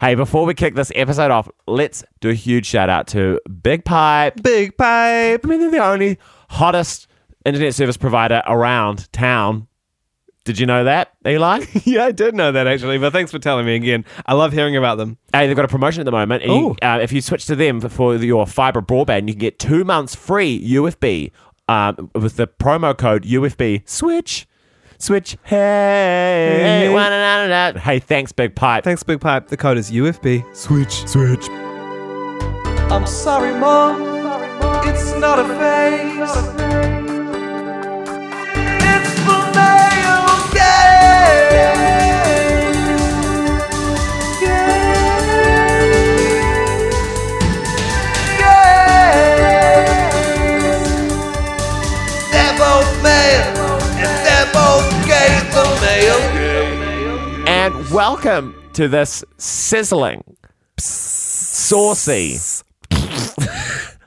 Hey, before we kick this episode off, let's do a huge shout out to Big Pipe. Big pipe. I mean, they're the only hottest internet service provider around town. Did you know that, Eli? Yeah, I did know that actually, but thanks for telling me again. I love hearing about them. Hey, they've got a promotion at the moment. And you, Ooh. uh, if you switch to them for your fiber broadband, you can get two months free UFB um, with the promo code UFB switch. Switch. Hey. Hey. Hey, hey thanks, Big Pipe. Thanks, Big Pipe. The code is UFB. Switch. Switch. I'm sorry, Mom. It's not a phase. It's the male gaze. Gaze. Gaze. They're both male, and they're both gay. The male gaze. And welcome to this sizzling, saucy,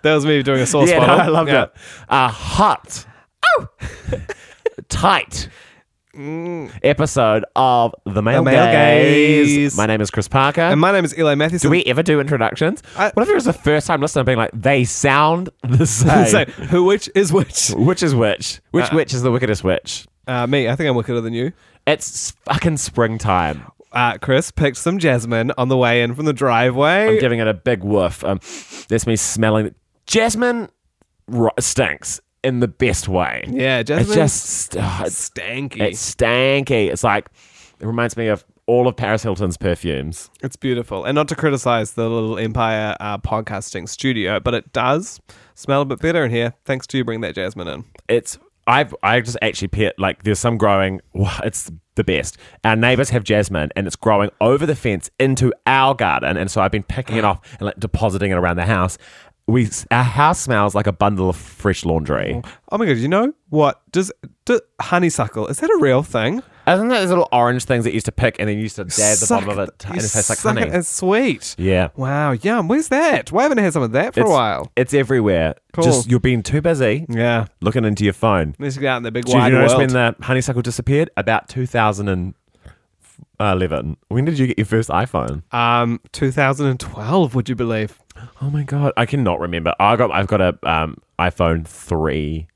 That was me doing a sauce yeah, no, bottle. I loved Yeah. it. Oh! Uh, hot, tight episode of the Male, Male Gaze. Gaze. My name is Chris Parker. And my name is Eli Matheson. do we ever do introductions? I- what if it was a first time listener being like, they sound the same? Uh, so, who which is which? which is which? Which witch is the wickedest witch? Uh, me, I think I'm wickeder than you. It's fucking springtime. Uh, Chris picked some jasmine on the way in from the driveway. I'm giving it a big woof. Um, that's me smelling. Jasmine ro- stinks in the best way. yeah, It's jasmine. just ugh, it's, stanky. It's, it's stanky. It's like it reminds me of all of Paris Hilton's perfumes. beautiful. And not to criticize the little Empire uh, podcasting studio, but it does smell a bit better in here thanks to you bringing that jasmine in. It's I've I just actually pet like there's some growing. Wow, It's the best. Our neighbors have jasmine and it's growing over the fence into our garden, and so I've been picking it off and like depositing it around the house. We our house smells like a bundle of fresh laundry. Oh my god, you know what? Does, does honeysuckle, is that a real thing? Isn't that those little orange things that you used to pick and then you used to dab the Suck bottom of it you and it tastes like suck honey? It, it's sweet. yeah. Wow, yum. Where's that? Why haven't I had some of that for It's- a while? It's everywhere. Cool. Just you're being too busy Yeah. looking into your phone. Let's get out in the big Do you wide notice when world. the honeysuckle disappeared? About 2011. uh, When did you get your first iPhone? um, 2012, would you believe? Oh my god, I cannot remember. I got I've got a um, iPhone three.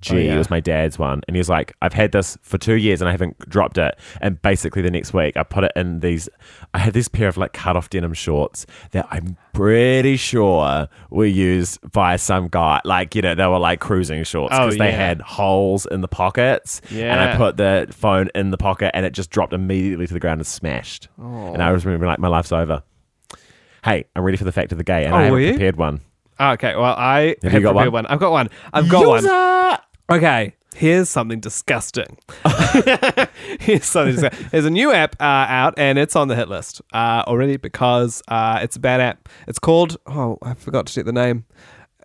G, Oh, yeah. it was my dad's one, and he was like, "I've had this for two years and I haven't dropped it." And basically, the next week, I put it in these. I had this pair of like cut off denim shorts that I'm pretty sure were used by some guy. Like you know, they were like cruising shorts Oh, because they yeah. had holes in the pockets. and I Yeah. put the phone in the pocket, and it just dropped immediately to the ground and smashed. And I was remembering like my life's over. Hey, I'm ready for the fact of the gay, and Oh, I have were a you? prepared one. Oh, okay, well, I you have, got prepared one? one? I've got one. I've got one. User! Okay, here's something disgusting. here's something disgusting. There's a new app uh, out, and it's on the hit list uh, already because uh, it's a bad app. It's called, oh, I forgot to check the name.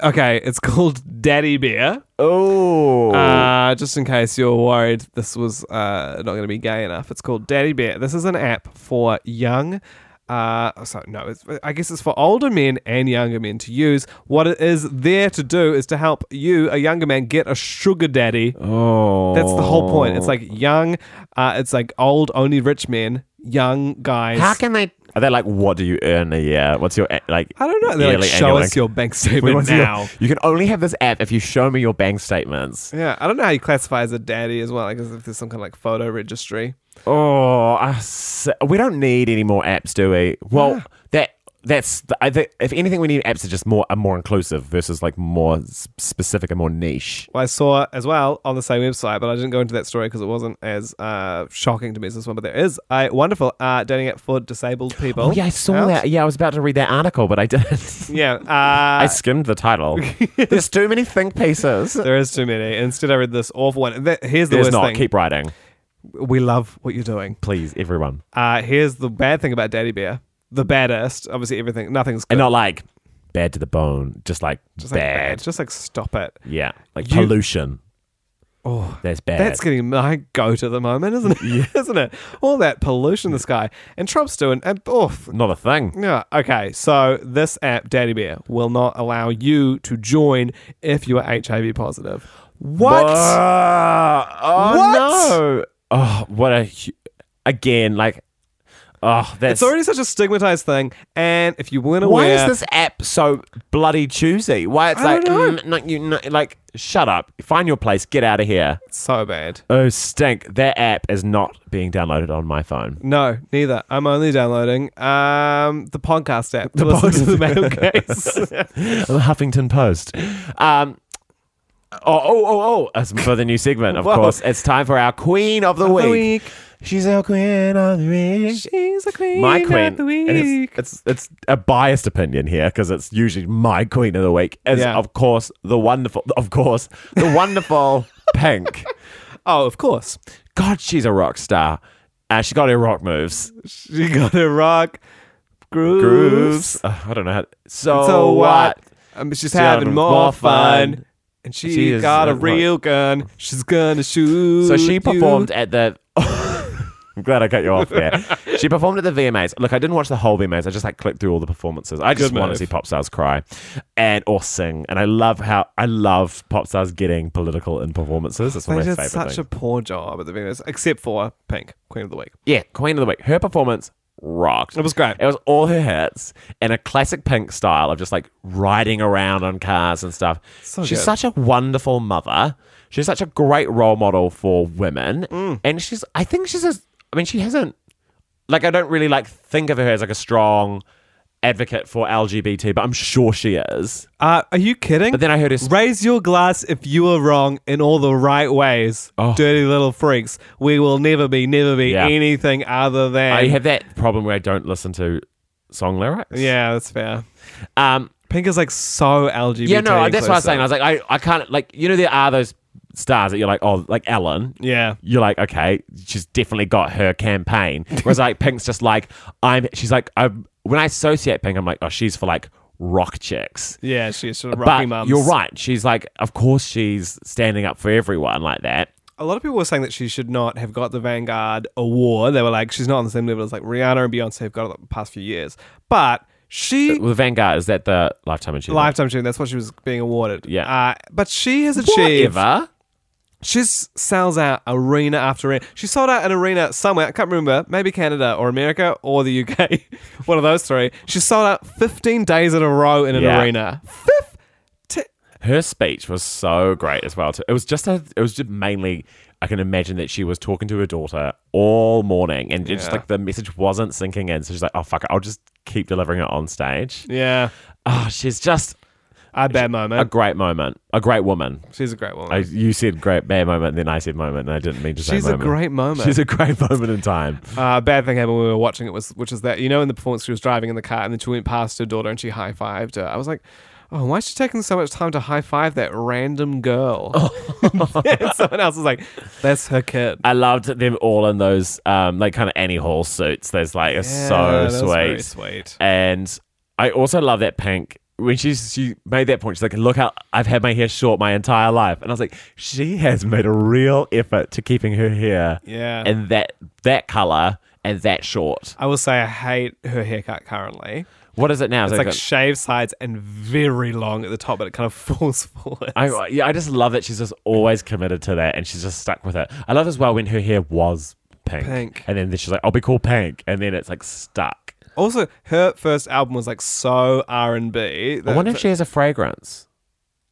Okay, it's called Daddy Bear. Oh, Uh, just in case you're worried, this was uh, not going to be gay enough. It's called Daddy Bear. This is an app for young. Uh, oh, sorry, no, it's, I guess it's for older men and younger men to use. What it is there to do is to help you, a younger man, get a sugar daddy. oh, That's the whole point. It's like young, uh, it's like old, only rich men, young guys. how can they? Oh. Are they like, what do you earn a year? What's your a- like? I don't know. They're yearly like, show annual us income?" your bank We statement want your- now. you can only have this app if you show me your bank statements. Yeah, I don't know how you classify as a daddy as well. Like, as if there's some kind of like photo registry. Oh, I s- we don't need any more apps, do we? Well, that that's the, I think if anything, we need apps that are just more are more inclusive versus like more s- specific and more niche. Well, I saw as well on the same website, but I didn't go into that story because it wasn't as uh, shocking to me as this one. But there is a wonderful uh, dating app for disabled people. Oh, yeah, I saw out. that. Yeah, I was about to read that article, but I didn't. Yeah, I uh, skimmed the title. There's too many think pieces. there is too many. Instead, I read this awful one. And That, here's the There's worst not. thing. Keep writing, we love what you're doing. please, everyone. Uh, here's the bad thing about Daddy Bear. The baddest, obviously, everything. Nothing's good. and not like bad to the bone, just like just like bad. bad. Just like stop it. Yeah, like You- pollution. Oh, That's bad. That's getting my goat at the moment, isn't it? isn't it? All that pollution in the sky, and Trump's doing. And, oh, not a thing. Yeah. Okay. So this app, Daddy Bear, will not allow you to join if you are HIV positive. What? Oh What? no! Oh, what a hu- again like. Oh, that's It's already such a stigmatized thing, and if you weren't why aware, is this app so bloody choosy? Why it's I like don't mm, no, you no, like shut up, find your place, get out of here. so bad? Oh stink! That app is not being downloaded on my phone. No, neither. I'm only downloading um, the podcast app to listen to the mail case. The Huffington Post. Um, oh, oh, oh, oh! As for the new segment, of Whoa. course, it's time for our Queen of the, Of week. the week. She's our Queen of the Week. She's the queen, my queen of the and it's- week. It's, it's a biased opinion here because it's usually my queen of the week. Is Yeah. of course the wonderful, of course the wonderful Pink. oh, of course. God, she's a rock star. Uh, she got her rock moves. She got her rock grooves. Grooves. Uh, I don't know how. So, So what? what? Um, she's having more, fun. And she, She is, got a uh, what? real gun. She's gonna shoot. So she you. performed at the. I'm glad I cut you off there. she performed at the VMAs. Look, I didn't watch the whole VMAs. I just like clicked through all the performances. I just Good want to move. see pop stars cry, and or sing. And I love how I love pop stars getting political in performances. That's one They of my did favorite such things. a poor job at the Venus, except for Pink, Queen of the Week. yeah, Queen of the Week. Her performance rocked. It was great. It was all her hits and a classic pink style of just like riding around on cars and stuff. she's good. such a wonderful mother. She's such a great role model for women. Mm. And she's, I think she's, a, I mean, she hasn't, like, I don't really like think of her as like a strong advocate for LGBT, but I'm sure she is. Uh, are you kidding? But then I heard her, sp- Raise your glass if you are wrong in all the right ways, Oh. dirty little freaks. We will never be, never be Yeah. anything other than. I have that problem where I don't listen to song lyrics. yeah, that's fair. Um, Pink is like so LGBT. yeah, no, that's what I was saying. I inclusive. was like, I, I can't, like, you know, there are those stars that you're like, oh, like Ellen, Yeah. you're like, okay, she's definitely got her campaign. Whereas like Pink's just like, I'm. She's like, I when I associate Pink, I'm like, oh, she's for like rock chicks. Yeah, she's sort of But rocking mums. you're right. She's like, of course, she's standing up for everyone like that. A lot of people were saying that she should not have got the Vanguard award. They were like, she's not on the same level as like Rihanna and Beyonce have got it the past few years. But she Well, the Vanguard is that the Lifetime Achievement. lifetime achievement. That's what she was being awarded. Yeah. Uh, but she has achieved. Whatever. She's sells out arena after arena. She sold out an arena somewhere. I can't remember. Maybe Canada or America or the UK. One of those three. She sold out 15 days in a row in an Yeah. arena. Fifth. Her speech was so great as well. Too. It was just a, it was just mainly I can imagine that she was talking to her daughter all morning and it's just Yeah. like the message wasn't sinking in. So she's like, oh fuck it, I'll just keep delivering it on stage. Yeah. Oh, she's just A bad a moment. great moment, a great woman. She's a great woman. I, you said great bad moment, and then I said moment, and I didn't mean to say She's a moment. great moment. She's a great moment in time. Uh, bad thing happened when we were watching it was which is that you know in the performance she was driving in the car and then she went past her daughter and she high fived her. I was like, oh, why is she taking so much time to high five that random girl? Oh. and someone else was like, that's her kid. I loved them all in those um, like kind of Annie Hall suits. There's like it's Yeah, so that was sweet. very sweet. And I also love that Pink when she's she made that point. She's like, "Look how I've had my hair short my entire life," and I was like, "She has made a real effort to keeping her hair Yeah. and that that color and that short. I will say I hate her haircut currently. What is it now? Is It's it like got- shaved sides and very long at the top, but it kind of falls forward. I yeah, I just love that she's just always committed to that and she's just stuck with it. I love as well when her hair was pink, Pink. and then she's like, "I'll be called pink," and then it's like stuck. also, her first album was like so R and B. I wonder if she has a fragrance.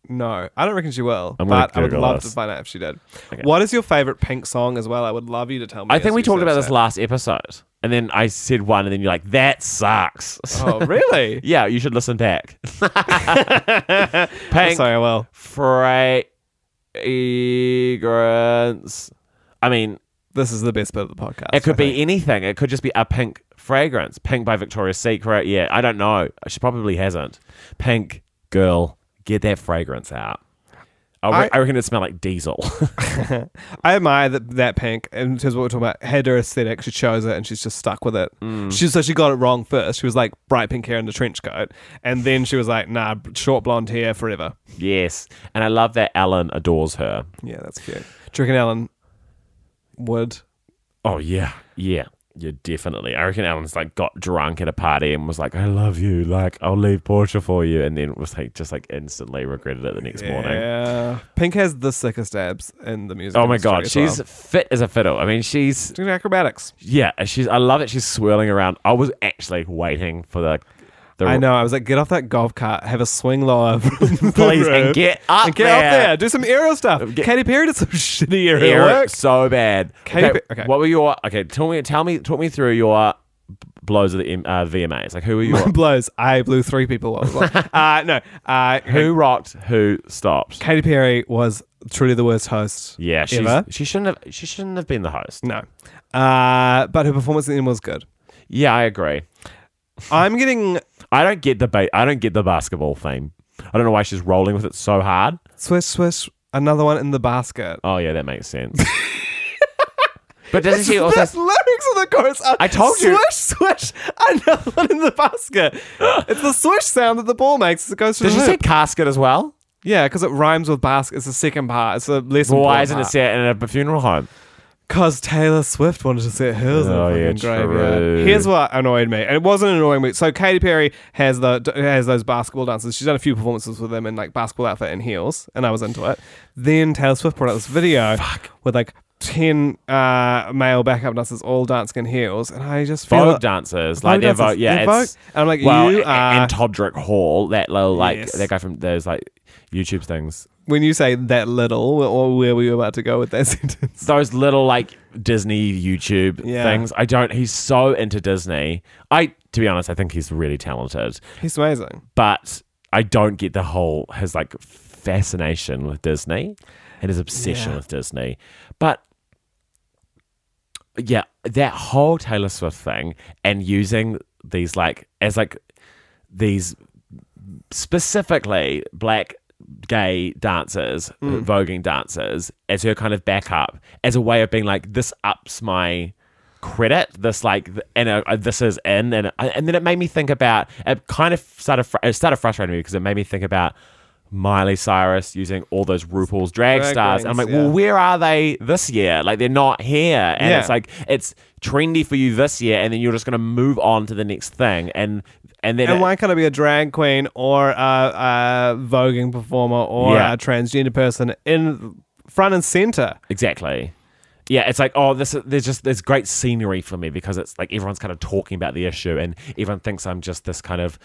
No, I don't reckon she will. I'm gonna but I would Google love this. to find out if she did. Okay. What is your favorite Pink song as well? I would love you to tell me. I think as we you talked search about this that. last episode, and then I said one, and then you're like, "That sucks." Oh, really? yeah, you should listen back. pink Sorry, I will. fragrance. I mean, This is the best bit of the podcast. It could I be think. anything. It could just be a pink fragrance. Pink by Victoria's Secret. Yeah, I don't know. She probably hasn't. Pink girl, get that fragrance out. I, re- I- I reckon it smell like diesel. I admire that, that Pink in terms of what we're talking about. Had her aesthetic, she chose it, and she's just stuck with it. Mm. She so she got it wrong first. She was like bright pink hair and a trench coat, and then she was like, nah, b- short blonde hair forever. yes, and I love that Alan adores her. Yeah, that's cute. Do you reckon Ellen would? Oh yeah, yeah. Yeah, definitely. I reckon Alan's like got drunk at a party and was like, "I love you, like I'll leave Portia for you," and then was like just like instantly regretted it the next morning. Yeah. Pink has the sickest abs in the music. Oh my industry god, as well. she's fit as a fiddle. I mean, she's doing acrobatics. yeah, she's. I love it. She's swirling around. I was actually waiting for the. the I know. I was like, get off that golf cart, have a swing lower, Please, and get up and get there. off there, do some aerial stuff. Get- Katy Perry did some shitty aerial Eric, work. so bad. Katy okay, Pe- okay. What were your okay? Tell me, tell me, talk me through your b- blows of the M- uh, VMAs. Like who were your blows. I blew three people. off. uh, no, uh, who? who rocked, who stopped? Katy Perry was truly the worst host. Yeah, she's, Ever? she shouldn't have. She shouldn't have been the host. No, uh, but her performance in the end was good. Yeah, I agree. I'm getting I don't get the ba- I don't get the basketball theme. I don't know why she's rolling with it so hard. swish swish another one in the basket. Oh yeah, that makes sense. but doesn't she The also? lyrics of the chorus are I told you. swish swish another one in the basket. it's the swish sound that the ball makes as it goes through Did she the say hoop. casket as well? Yeah, because it rhymes with basket. It's the second part. It's the less Well, why important isn't it part. set in a funeral home? Because Taylor Swift wanted to set hers Oh, in yeah, the fucking graveyard. true. Here's what annoyed me, and it wasn't annoying me. So Katy Perry has the has those basketball dances. She's done a few performances with them in like basketball outfit and heels, and I was into it. Then Taylor Swift brought out this video with like ten uh, male backup dancers all dancing in heels, and I just feel Vogue it- dancers, Vogue like they're dancers, Vogue, yeah, they're it's- Vogue. And I'm like, well, you a- are- and Todrick Hall, that little like Yes. that guy from those like YouTube things, when you say that little, we're all where were you about to go with that sentence? those little like Disney YouTube Yeah. things. I don't. He's so into Disney. I, to be honest, I think he's really talented, He's amazing. but I don't get the whole his like fascination with Disney and his obsession Yeah. with Disney, but. Yeah, that whole Taylor Swift thing and using these like as like these specifically black gay dancers, Hmm. voguing dancers, as her kind of backup, as a way of being like, this ups my credit, this like, th- and uh, uh, this is in, and uh, and then it made me think about it. Kind of started fr- it started frustrating me because it made me think about. Miley Cyrus using all those RuPaul's drag, Drag stars. and I'm like, queens, well, yeah. where are they this year? Like, they're not here. And Yeah. it's like, it's trendy for you this year, and then you're just going to move on to the next thing. And and then And it- why can't I be a drag queen or a, a voguing performer or Yeah. a transgender person in front and center? Exactly. Yeah, it's like oh, this there's just there's great scenery for me because it's like everyone's kind of talking about the issue and everyone thinks I'm just this kind of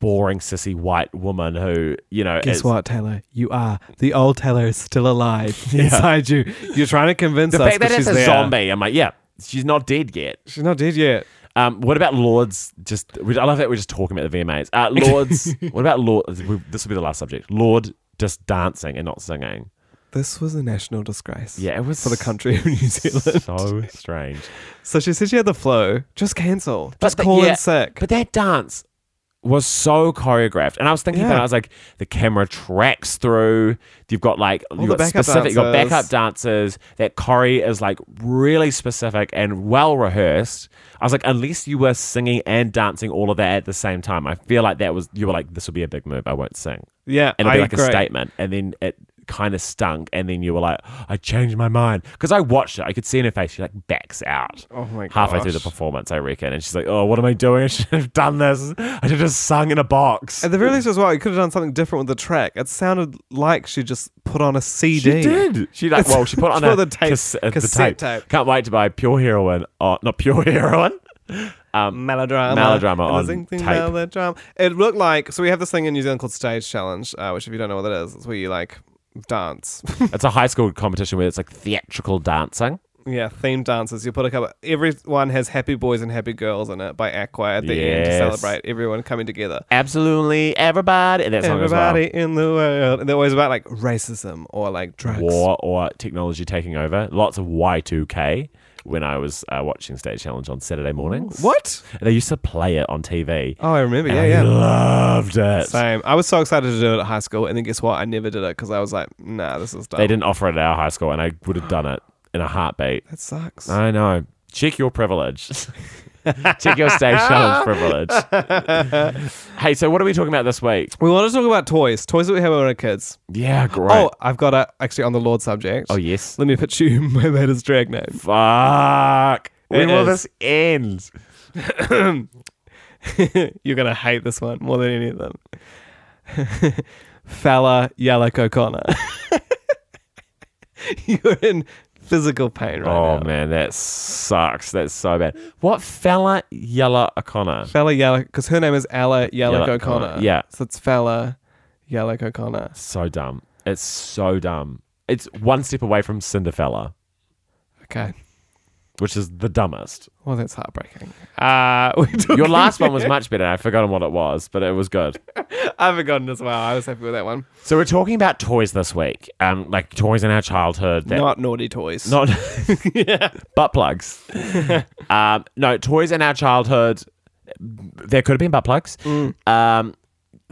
boring sissy white woman who you know Guess is- what, Taylor? You are the old Taylor is still alive inside you. You're trying to convince the us fact that that it's she's a there. zombie. I'm like, yeah, she's not dead yet. She's not dead yet. Um, what about Lords? Just we, I love that we're just talking about the VMAs. Uh, Lords. what about Lord? This will be the last subject. Lord just dancing and not singing. This was a national disgrace. Yeah, it was For the country of New Zealand. So strange. So she said she had the flu. Just cancel. Just the- call yeah, in sick. But that dance was so choreographed, and I was thinking Yeah. about. It, I was like, the camera tracks through. You've got like you've the got backup specific. You've got dancers. backup dancers. That choreo is like really specific and well rehearsed. I was like, unless you were singing and dancing all of that at the same time, I feel like that was you were like, this will be a big move. I won't sing, yeah, and I it'll be like agree. a statement, and then it kind of stunk, and then you were like, I changed my mind because I watched it. I could see in her face she like backs out Oh my gosh. halfway through the performance, I reckon. And she's like, "Oh, what am I doing? I should have done this. I should have just sung in a box." At the very least, as well, you could have done something different with the track. It sounded like she just put on a CD. she did. She like, well, she put on She put a the tape- cas- uh, the cassette tape. tape. Can't wait to buy pure heroin. Oh, not pure heroin. melodrama. Melodrama And the on zing zing tape. Melodrama. It looked like so we have this thing in New Zealand called stage challenge, uh, which if you don't know what that is, it's where you like dance. It's a high school competition where it's like theatrical dancing. yeah, themed dances. You put a couple. Everyone has happy boys and happy girls in it by Aqua at the end to Yes. celebrate everyone coming together. Absolutely, everybody. And that song Everybody as in the world. And they're always about like racism or like drugs. well. War or technology taking over. Lots of Y two K. When I was uh, watching Stage Challenge on Saturday mornings, What? they used to play it on TV. Oh, I remember. and Yeah, I yeah. loved it. Same. I was so excited to do it at high school, and then guess what? I never did it because I was like, "Nah, this is dumb." They didn't offer it at our high school, and I would have done it in a heartbeat. That sucks. I know. Check your privilege. Check your stage challenge privilege. hey, so what are we talking about this week? we want to talk about toys, toys that we have when we were kids. Yeah, great. Oh, I've got a actually on the Lord subject. Oh, yes. Let me pitch you my latest drag name. Fuck. When It will is. this end? You're gonna hate this one more than any of them. Fella Yalak O'Connor. You're in physical pain right oh now. man, that sucks. That's so bad. What fella Yella O'Connor? Fella Yalak, because her name is Ella Yalak Yalak O'Connor. O'Connor, yeah. So it's Fella Yalak O'Connor. So dumb. It's so dumb. It's one step away from Cinderfella, Okay. which is the dumbest. Well, that's heartbreaking. Uh, we took- Your last one was much better. I've forgotten what it was, but it was good. I've forgotten as well. I was happy with that one. So we're talking about toys this week, um, like toys in our childhood. That Not naughty toys. not butt plugs. um, no, toys in our childhood. There could have been butt plugs. Mm. Um,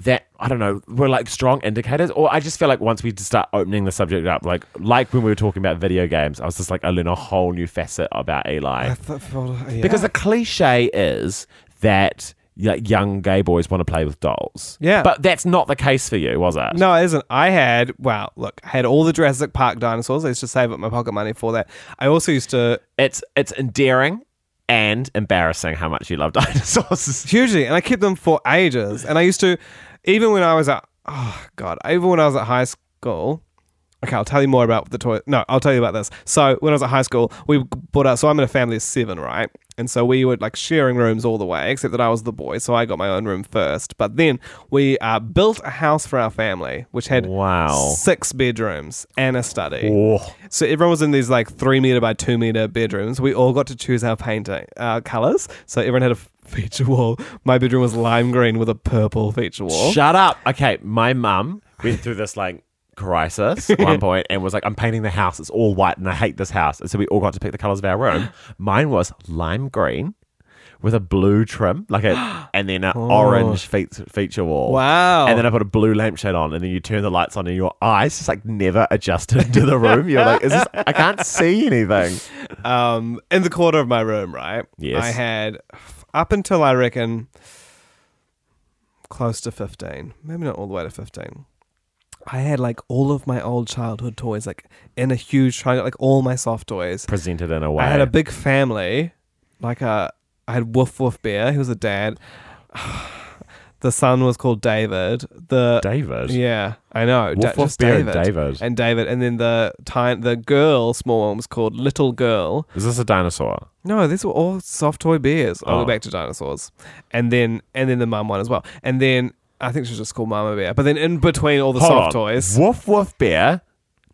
that I don't know were like strong indicators, or I just feel like once we just start opening the subject up, like like when we were talking about video games, I was just like I learned a whole new facet about Eli I thought- yeah. because the cliche is that like young gay boys want to play with dolls. Yeah. but that's not the case for you, was it? No, it isn't. I had wow, look, I had all the Jurassic Park dinosaurs. I used to save up my pocket money for that. I also used to it's it's endearing and embarrassing how much you love dinosaurs. hugely, and I kept them for ages. And I used to, even when I was at oh god, even when I was at high school. Okay, I'll tell you more about the toy. No, I'll tell you about this. So when I was at high school, we bought out. So I'm in a family of seven, right? And so we were like sharing rooms all the way, except that I was the boy, so I got my own room first. But then we uh, built a house for our family, which had Wow. six bedrooms and a study. Oh, So everyone was in these like three meter by two meter bedrooms. We all got to choose our painting, our colors. So everyone had a f- feature wall. My bedroom was lime green with a purple feature wall. shut up. Okay, my mum went through this like crisis at one point and was like, I'm painting the house. It's all white and I hate this house. And so we all got to pick the colors of our room. Mine was lime green with a blue trim, like a, and then an orange feature, feature wall. Oh. Wow. And then I put a blue lampshade on and then you turn the lights on and your eyes just like never adjusted to the room. You're like, is this, I can't see anything. Um, in the corner of my room, right? Yes. I had up until I reckon close to fifteen, maybe not all the way to fifteen. I had like all of my old childhood toys, like in a huge triangle, like all my soft toys. Presented in a way. I had a big family. Like a, I had Woof Woof Bear. He was a dad. the son was called David. The David. yeah, I know. Woof Woof just Bear and David. and David, and then the time the girl, small one, was called Little Girl. Is this a dinosaur? No, these were all soft toy bears. I'll Oh. go back to dinosaurs, and then and then the mum one as well, and then. I think she was just called Mama Bear. But then in between all the Hold soft on. toys Woof Woof Bear,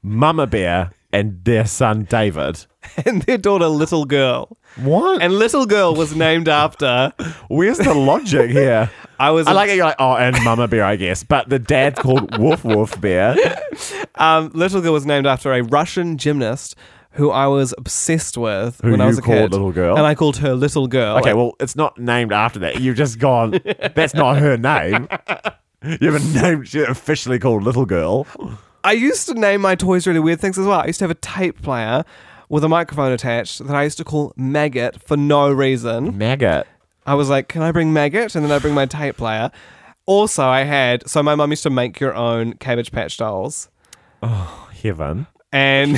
Mama Bear, and their son David. and their daughter Little Girl. What? And And Little Girl was named after where's the logic here? I was I like it. You're like, oh, and Mama Bear, I guess. But the dad's called Woof Woof Bear. Um, Little Girl was named after a Russian gymnast who I was obsessed with Who when I you was a called kid. Little Girl? And I called her Little Girl. Okay, well, it's not named after that. You've just gone. That's not her name. You have a name. She's officially called Little Girl. I used to name my toys really weird things as well. I used to have a tape player with a microphone attached that I used to call Maggot for no Mm-hmm. reason. Maggot. I was like, can I bring Maggot? And then I bring my tape player. Also, I had, so my mum used to make your own Cabbage Patch dolls. Heaven. And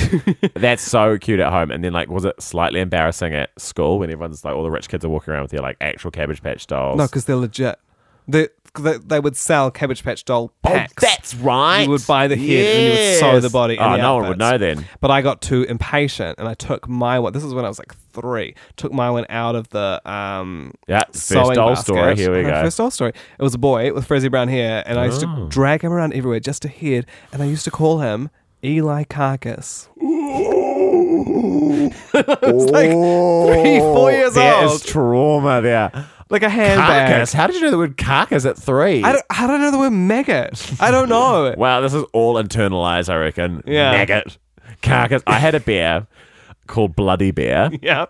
That's so cute at home. And then, like, was it slightly embarrassing at school when everyone's like, all the rich kids are walking around with their like actual Cabbage Patch dolls? no, because they're legit. They, they, they would sell Cabbage Patch doll packs. Oh, that's right. You would buy the head and you would sew Yes. the body. in Oh, the no one would know outfits. then. But I got too impatient and I took my one. This is when I was like three. Took my one out of the um, Yeah, sewing first doll basket. story. Here we No, go. Oh. First doll story. It was a boy with frizzy brown hair, and I used to drag him around everywhere just ahead. And I used to call him Eli Carcass. it's like three, four years old. That is trauma there. Like a handbag. Carcass. How did you know the word carcass at three? I don't, how do I know the word maggot? I don't know. Wow, this is all internalized, I reckon. Yeah. Maggot. Carcass. I had a bear called Bloody Bear. yeah.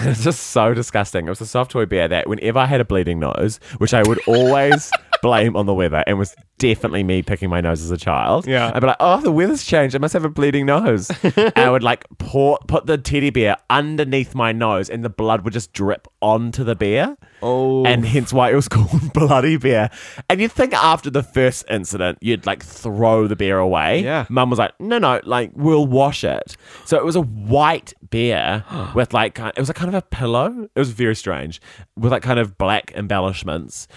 It's just so disgusting. It was a soft toy bear that whenever I had a bleeding nose, which I would always blame on the weather and was definitely me picking my nose as a child. Yeah. I'd be like, oh, the weather's changed. I must have a bleeding nose. And I would like pour, put the teddy bear underneath my nose and the blood would just drip onto the bear. Oh. And hence why it was called Bloody Bear. And you'd think after the first incident, you'd like throw the bear away. Yeah. Mum was like, no, no, like we'll wash it. So it was a white bear with like, kind- it was a kind of a pillow. It was very strange with like kind of black embellishments.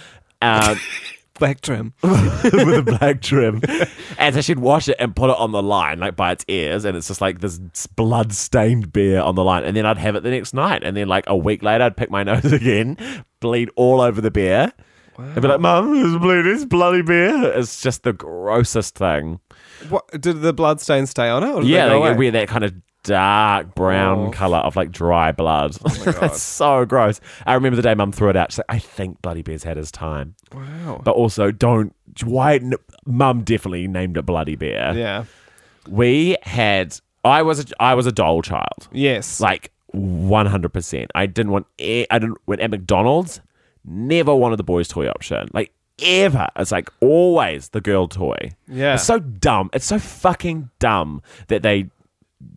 Um, Black trim. with a black trim. And so she'd wash it and put it on the line, like by its ears, and it's just like this blood stained beer on the line. And then I'd have it the next night. And then, like, a week later, I'd pick my nose again, bleed all over the beer. I'd be like, Mum, it's bleeding, it's bloody beer. It's just the grossest thing. What, did the blood stain stay on it? Or did yeah, they go they away? wear that kind of dark brown Oh. color of like dry blood. That's so gross. I remember the day Mum threw it out. She's like, I think Bloody Bear's had his time. Wow. But also, don't. Why? n- Mum definitely named it Bloody Bear. yeah. We had. I was. A, I was a doll child. Yes. Like one hundred percent. I didn't want. a- I didn't. When at McDonald's, never wanted the boys' toy option. Like ever. It's like always the girl toy. Yeah. It's so dumb. It's so fucking dumb that they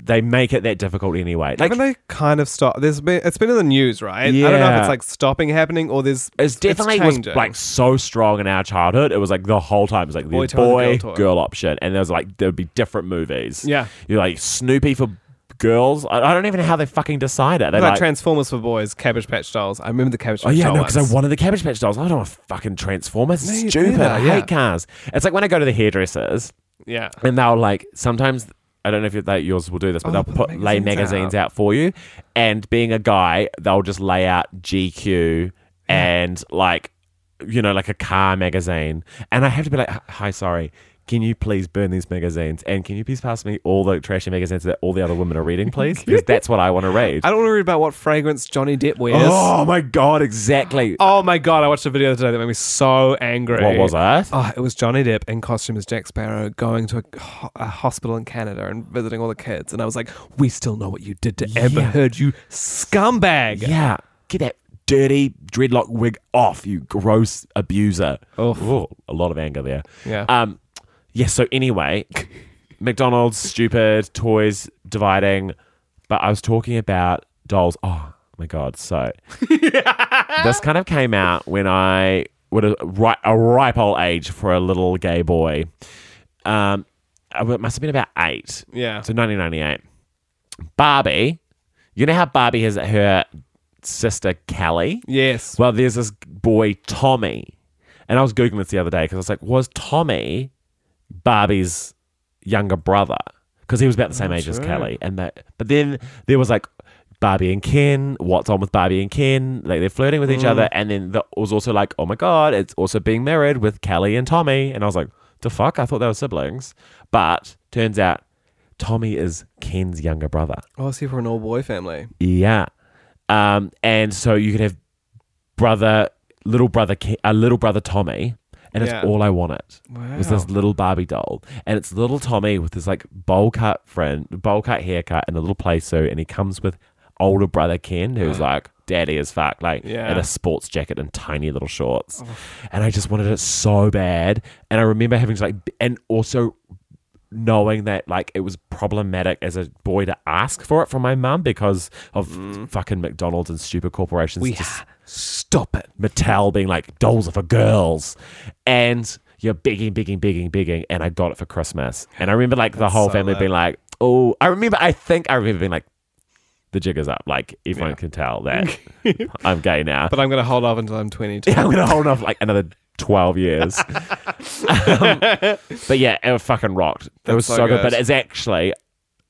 they make it that difficult anyway. Like Haven't they kind of stopped? There's been it's been in the news, right? I don't know if Yeah. it's like stopping happening or there's it's definitely was changing. like so strong in our childhood. It was like the whole time. It was like the Boy boy, toy and the girl girl, toy. option, and there was like there would be different movies. Yeah. you're like Snoopy for girls. I, I don't even know how they fucking decide it. They're Like, like, Transformers for boys, Cabbage Patch Dolls. I remember the Cabbage oh Patch yeah, Dolls. no, because I wanted the Cabbage Patch Dolls. I don't want fucking Transformers. Me It's Stupid. neither, I yeah. hate cars. It's like when I go to the hairdressers, Yeah. and they'll like sometimes. I don't know if you- like yours will do this, but Oh, they'll put put, the lay magazines magazines out. for you. And being a guy, they'll just lay out GQ and like, you know, like a car magazine. And I have to be like, hi, sorry. Can you please burn these magazines? And can you please pass me all the trashy magazines that all the other women are reading, please? Because that's what I want to read. I don't want to read about what fragrance Johnny Depp wears. Oh. Oh my god, exactly. my god, I watched a video today that made me so angry. What was that? Oh, it was Johnny Depp in costume as Jack Sparrow going to a, ho- a hospital in Canada and visiting all the kids. And I was like, we still know what you did to Amber Yeah. Heard, you scumbag. Yeah. Get that dirty dreadlock wig off, you gross abuser. Oof. Ooh, a lot of anger there. Yeah. Um yeah, so anyway, McDonald's, stupid, toys dividing. But I was talking about dolls. Oh my god, so this kind of came out when I would a, ri- a ripe old age for a little gay boy. Um I w- it must have been about eight. Yeah. So 1998. Barbie, you know how Barbie has her sister Callie? Yes. Well, there's this boy Tommy, and I was googling this the other day because I was like, was Tommy Barbie's younger brother? Because he was about the same age as true. Kelly, and that. But then there was like Barbie and Ken. What's on with Barbie and Ken? Like they're flirting with each other, and then the, it was also like, oh my god, it's also being married with Kelly and Tommy, and I was like, the fuck, I thought they were siblings, but turns out Tommy is Ken's younger brother. oh, see, for an all boy family. Yeah. Um, and so you could have brother, little brother, Ke- uh, little brother Tommy, and Yeah. it's all I wanted was Wow. this little Barbie doll, and it's little Tommy with this like bowl cut friend, bowl cut haircut, and a little play suit, and he comes with older brother Ken, who's like daddy as fuck, like Yeah. in a sports jacket and tiny little shorts, and I just wanted it so bad, and I remember having to like, b- and also knowing that like it was problematic as a boy to ask for it from my mum because of fucking McDonald's and stupid corporations. Mm. We just ha- stop it. Mattel being like dolls are for girls, and you're begging, begging, begging, begging, and I got it for Christmas. And I remember like the whole so family lit. being like, "Oh," I remember. I think I remember being like, "The jig is up." Like everyone Yeah. can tell that I'm gay now. But I'm going to hold off until I'm 22. I'm gonna hold off like another twelve years. um, but yeah, it fucking rocked. it was so so, good. good. But it's actually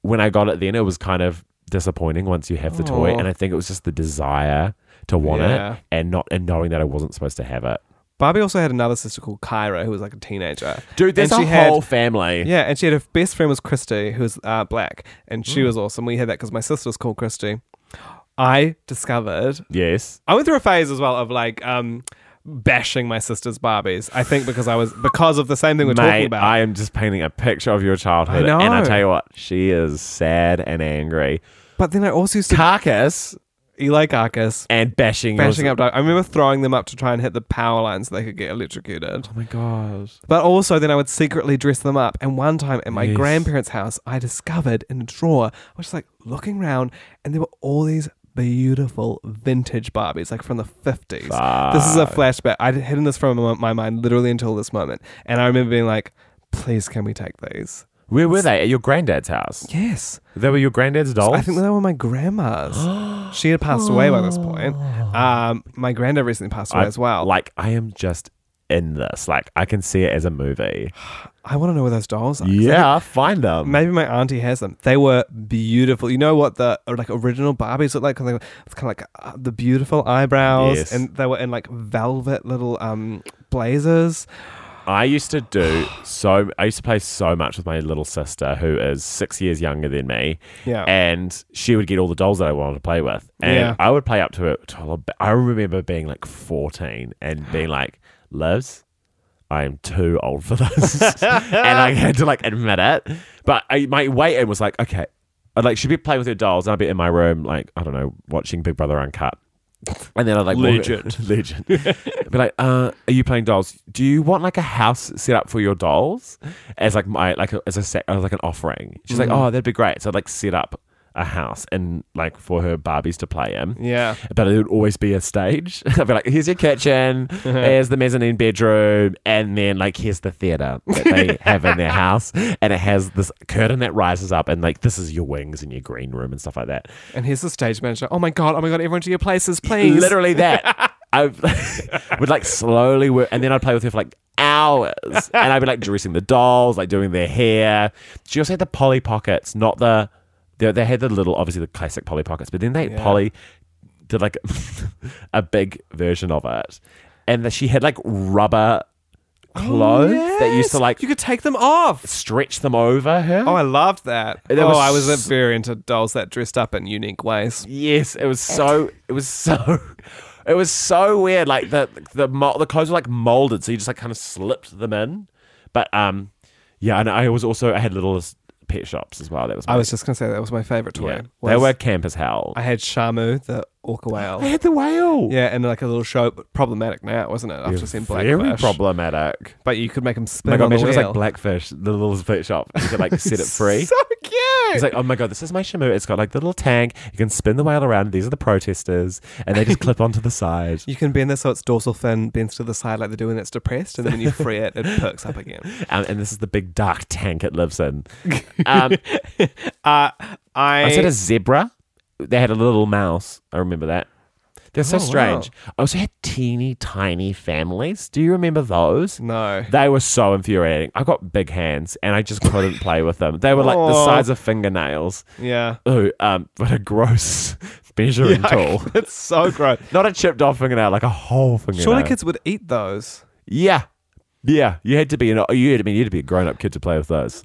when I got it then, it was kind of disappointing once you have the toy, Aw. and I think it was just the desire to want Yeah. it and not and knowing that I wasn't supposed to have it. Barbie also had another sister called Kyra, who was like a teenager. Dude, there's And a she had- whole family. Yeah, and she had her best friend was Christy, who was uh, black, and Mm. she was awesome. We had that because my sister was called Christy. I discovered Yes. I went through a phase as well of like um bashing my sister's Barbies. I think because I was because of the same thing we're talking Mate, about. I am just painting a picture of your childhood. I And I know. tell you what, she is sad and angry. but then I also used to Carcass Eli Karkas and bashing, yours- bashing up. dog- I remember throwing them up to try and hit the power lines so they could get electrocuted. Oh my god! But also, then I would secretly dress them up. And one time at my Yes. grandparents' house, I discovered in a drawer, I was just like looking around, and there were all these beautiful vintage Barbies, like from the 50s. This is a flashback. I'd hidden this from my- my mind literally until this moment. And I remember being like, please, can we take these? Where were they? At your granddad's house? Yes. They were your granddad's dolls. I think they were my grandma's. she had passed away by this point. Um, my granddad recently passed away I- as well. Like I am just in this. Like I can see it as a movie. I want to know where those dolls are. 'cause I Yeah, find them. Maybe my auntie has them. They were beautiful. You know what the like original Barbies look like? Kind of it's kind of like uh, the beautiful eyebrows, Yes. and they were in like velvet little um blazers. I used to do so. I used to play so much with my little sister, who is six years younger than me. Yeah. and she would get all the dolls that I wanted to play with, and Yeah. I would play up to it. till ab- I remember being like fourteen and being like, "Lives, I am too old for this," and I had to like admit it. But I, my way in was like, okay, I'd like she'd be playing with her dolls, and I'd be in my room, like I don't know, watching Big Brother Uncut. And then I'd like walk- Legend. legend. Be like, uh, are you playing dolls? Do you want like a house set up for your dolls as like my like a, as a set as like an offering? She's Mm. like, oh, that'd be great. So I'd like set up a house and like for her Barbies to play in. Yeah. But it would always be a stage. I'd be like, here's your kitchen, here's the mezzanine bedroom, and then like here's the theater that they have in their house. And it has this curtain that rises up, and like this is your wings and your green room and stuff like that. And here's the stage manager. Oh my god! Oh my god! Everyone to your places, please. Literally that. I would like slowly work, and then I'd play with her for like hours, and I'd be like dressing the dolls, like doing their hair. She also had the Polly Pockets, not the. They, they had the little, obviously the classic Polly Pockets, but then they Polly did like a big version of it, and that she had like rubber clothes that used to Oh, Yes! like you could take them off. stretch them over her. Oh, I loved that. That oh, was I was uh, s- very into dolls that dressed up in unique ways. Yes, it was so. It was so. It was so weird. Like the the mo- the clothes were like molded, so you just like kind of slipped them in. But um, yeah, and I was also I had little s- pet shops as well. That was my, I was just gonna say that was my favorite toy. yeah. was- they were camp as hell. I had Shamu, the orca whale. I had the whale. Yeah, and like a little show, but problematic now, wasn't it? After seeing Blackfish, very problematic. but you could make him spin Oh my god, on the imagine it was wheel. like Blackfish, the little pet shop. You could like set it free. So cute. He's like, oh my god, this is my shamu. It's got like the little tank. You can spin the whale around. These are the protesters, and they just clip onto the side. you can bend this so its dorsal fin bends to the side like they do when it's depressed, and then when you free it, it perks up again. Um, and this is the big dark tank it lives in. Um, Uh, I, I said a zebra. They had a little mouse. I remember that. They're so Oh, wow. strange. I also had teeny tiny families. Do you remember those? no. They were so infuriating. I got big hands and I just couldn't play with them. They were like the Aw. size of fingernails. Yeah, Ooh, um, what a gross measuring tool. it's so gross. Not a chipped off fingernail, like a whole fingernail. Surely kids would eat those. Yeah. Yeah. You had to be an you had to be you had to be a grown up kid to play with those.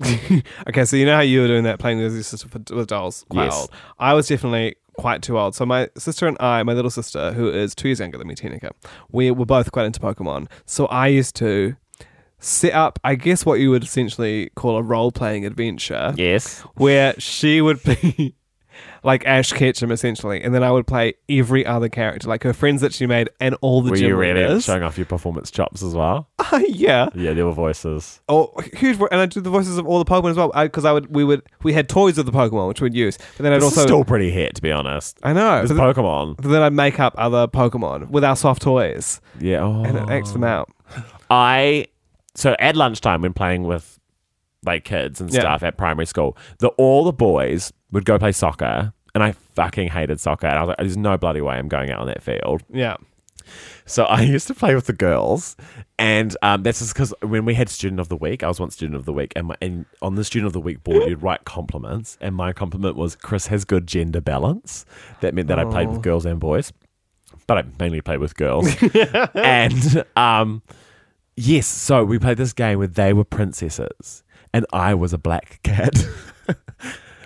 Okay, so you know how you were doing that, playing with your sister for, with dolls. Quite Yes. old. I was definitely quite too old. So my sister and I, my little sister, who is two years younger than me, Tenika, we were both quite into Pokemon. So I used to set up, I guess, what you would essentially call a role-playing adventure, yes. where she would be. Like Ash Ketchum, essentially, and then I would play every other character, like her friends that she made, and all the Were gym you really leaders. showing off your performance chops as well? yeah, Yeah, there were voices. Oh, huge! vo- And I did the voices of all the Pokemon as well because I, would we would we had toys of the Pokemon which we'd use, but then I'd This also is still pretty hit, to be honest. I know. This But then, Pokemon. but then I'd make up other Pokemon with our soft toys Yeah. Oh. and it acts them out. I so at lunchtime when playing with like kids and Yeah. stuff at primary school, the all the boys would go play soccer, and I fucking hated soccer. And I was like, "There's no bloody way I'm going out on that field." Yeah, So I used to play with the girls, and um, that's just because when we had student of the week, I was once student of the week, and, my, and on the student of the week board, you'd write compliments, and my compliment was Chris has good gender balance. That meant that I played with girls and boys, but I mainly played with girls, and um, yes, so we played this game where they were princesses, and I was a black cat.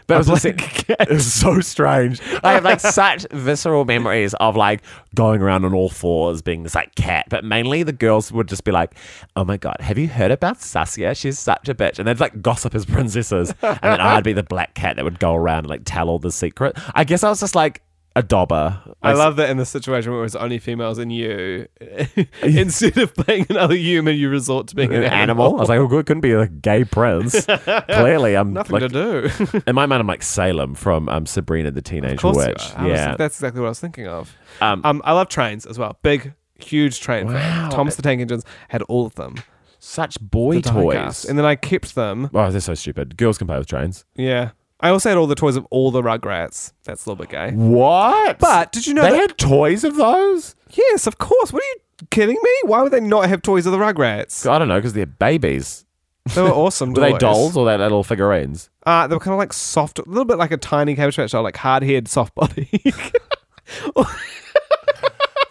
But it was, just- it was so strange. I have like such visceral memories of like going around on all fours being this like cat. But mainly the girls would just be like, Oh my god, have you heard about Saskia? She's such a bitch. And they'd like gossip as princesses. And then I'd be the black cat that would go around and like tell all the secret. I guess I was just like a dobber. I love that in the situation where it's only females and you, instead of being another human, you resort to being an animal. I was like, oh, good, couldn't be a gay prince. Clearly, I'm Nothing like, to do. Of in my mind, I'm like Salem from um, Sabrina the Teenage course you Witch. are. I was- yeah, that's exactly what I was thinking of. Um, Um, I love trains as well. Big, huge train. Wow. Fan. Thomas the Tank Engines had all of them. such boy The toys. diecast. And then I kept them. oh, they're so stupid. Girls can play with trains. Yeah. I also had all the toys of all the Rugrats. That's a little bit gay. What? But did you know they that- had toys of those? Yes, of course. What are you kidding me? Why would they not have toys of the Rugrats? I don't know because they're babies. They were awesome. Were they toys. dolls or they little figurines? Uh, they were kind of like soft, a little bit like a tiny cabbage patch doll, like hard head, soft body.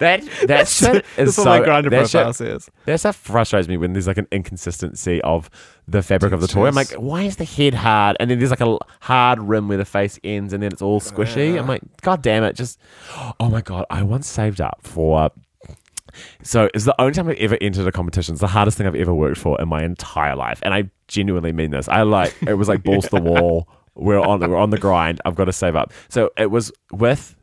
That that shit is That's so. what my grinder that profile shit, says. that stuff frustrates me when there's like an inconsistency of the fabric of the toy. I'm like, Textures. why is the head hard? And then there's like a l- hard rim where the face ends, and then it's all squishy. I'm like, god damn it! Just oh my god, I once saved up for. So it's the only time I've ever entered a competition. It's the hardest thing I've ever worked for in my entire life, and I genuinely mean this. I like it was like balls to the wall. We're on we're on the grind. I've got to save up. So it was with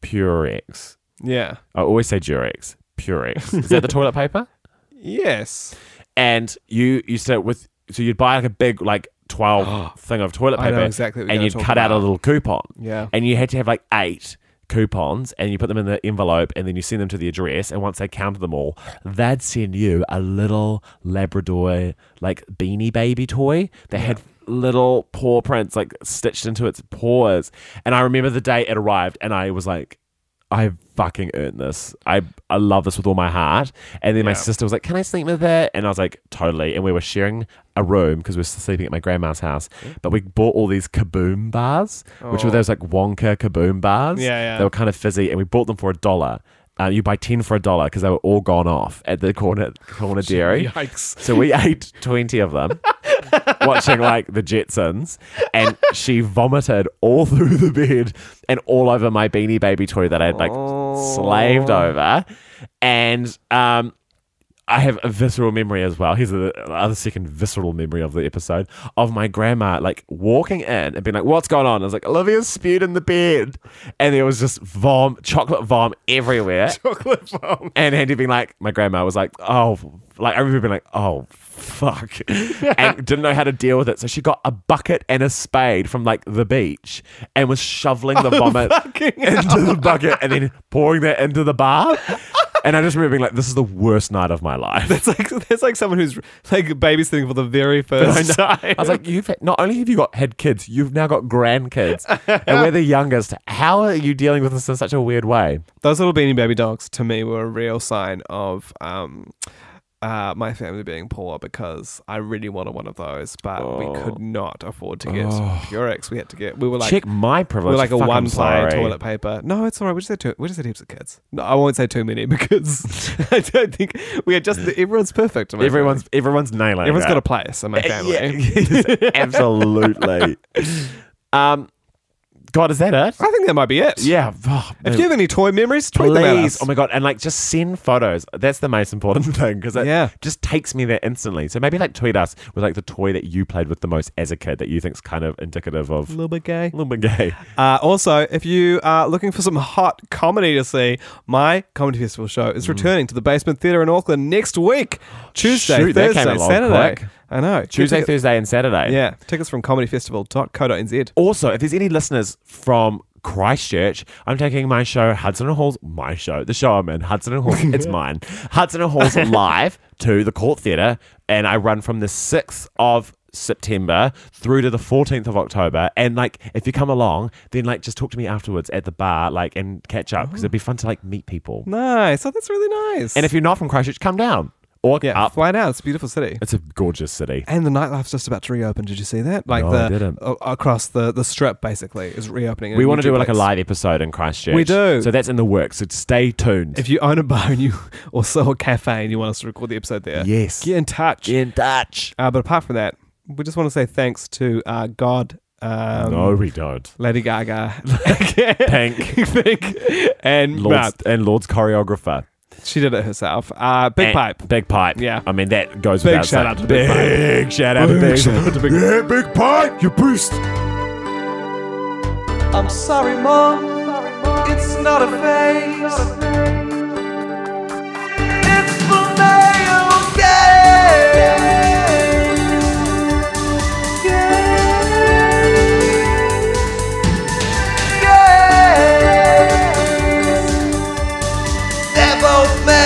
Purex. Yeah. I always say Durex. Purex. Is that the toilet paper? Yes. And you you said with so you'd buy like a big like twelve thing of toilet I know paper, exactly what you're and gonna you'd talk cut out a about. little coupon. Yeah. and you had to have like eight coupons, and you put them in the envelope, and then you send them to the address, and once they counted them all, they'd send you a little Labrador like beanie baby toy that had little paw prints like stitched into its paws. And I remember the day it arrived, and I was like. I fucking earned this. I I love this with all my heart. And then my Yeah. sister was like, "Can I sleep with it?" And I was like, "Totally." And we were sharing a room because we were sleeping at my grandma's house. But we bought all these kaboom bars, which were Oh. those like Wonka kaboom bars. Yeah, yeah. They were kind of fizzy, and we bought them for a dollar. Uh, you buy ten for a dollar because they were all gone off at the corner corner dairy. Yikes. So we ate 20 of them watching like the Jetsons and she vomited all through the bed and all over my beanie baby toy that I'd like slaved over. And um I have a visceral memory as well. Here's the other second visceral memory of the episode of my grandma like walking in and being like, "What's going on?" I was like, "Olivia's spewed in the bed," and there was just vom, chocolate vom everywhere. Chocolate bomb. And Andy being like, my grandma was like, oh, like I remember being like, oh, fuck, and didn't know how to deal with it. So she got a bucket and a spade from like the beach and was shoveling the vomit into the bucket and then pouring that into the bar. And I just remember being like, this is the worst night of my life. That's like that's like someone who's like babysitting for the very first time. I was like, you've had, not only have you got had kids, you've now got grandkids, and we're the youngest. How are you dealing with this in such a weird way? Those little beanie baby dogs to me were a real sign of um, uh, my family being poor because I really wanted one of those, but Oh. we could not afford to get Purex. We had to get we were like Check my we privilege. were like a Fuck, I'm one ply sorry. toilet paper. No, it's all right. We just had two. We just had heaps of kids. No, I won't say too many because I don't think we had just everyone's perfect. in my family. Everyone's everyone's nailing. everyone's it. got a place in my family. Eh, Yeah, absolutely. um, God, is that it? I think that might be it. Yeah. oh, If man, you have any toy memories, tweet them at please. us. Oh my God. And like, just send photos. That's the most important thing because it Yeah. just takes me there instantly. So maybe like tweet us with like the toy that you played with the most as a kid that you think's kind of indicative of a a little bit gay. little bit gay. Uh, also, if you are looking for some hot comedy to see, my comedy festival show Mm. is returning to the Basement Theatre in Auckland next week, Tuesday, Shoot, that Thursday, came along Saturday. quick. I know Tuesday, Tickets- Thursday, and Saturday. yeah, tickets from comedyfestival.co.nz. Also, if there's any listeners from Christchurch, I'm taking my show, Hudson and Halls, my show, the show I'm in, Hudson and Halls, it's mine, Hudson and Halls live to the Court Theatre. And I run from the 6th of September through to the 14th of October. And like, if you come along, then like, just talk to me afterwards at the bar, like, and catch up because it'd be fun to like meet people. Nice. Oh, that's really nice. And if you're not from Christchurch, come down or yeah, up. fly down. It's a beautiful city. It's a gorgeous city. And the nightlife's just about to reopen. Did you see that? Like No, the I didn't. a- across the the strip basically is reopening. in We a want to new do like a duplex. live episode in Christchurch. We do. So that's in the works. So stay tuned. If you own a bar and you also a cafe and you want us to record the episode there, Yes. get in touch. in touch. Uh, but apart from that, we just want to say thanks to uh, God, um, no, we don't. Lady Gaga, Pink, Pink, and Lord's, Matt. and Lord's choreographer. She did it herself. Uh, Big And- Pipe. Big pipe. Yeah. I mean, that goes Big without shout saying. out to Big Pipe. Big shout out to Big Pipe. to Big Yeah, Big Pipe, you beast. I'm sorry, Mom. It's not a phase. It's the male gaze. Gaze. Gaze. They're both male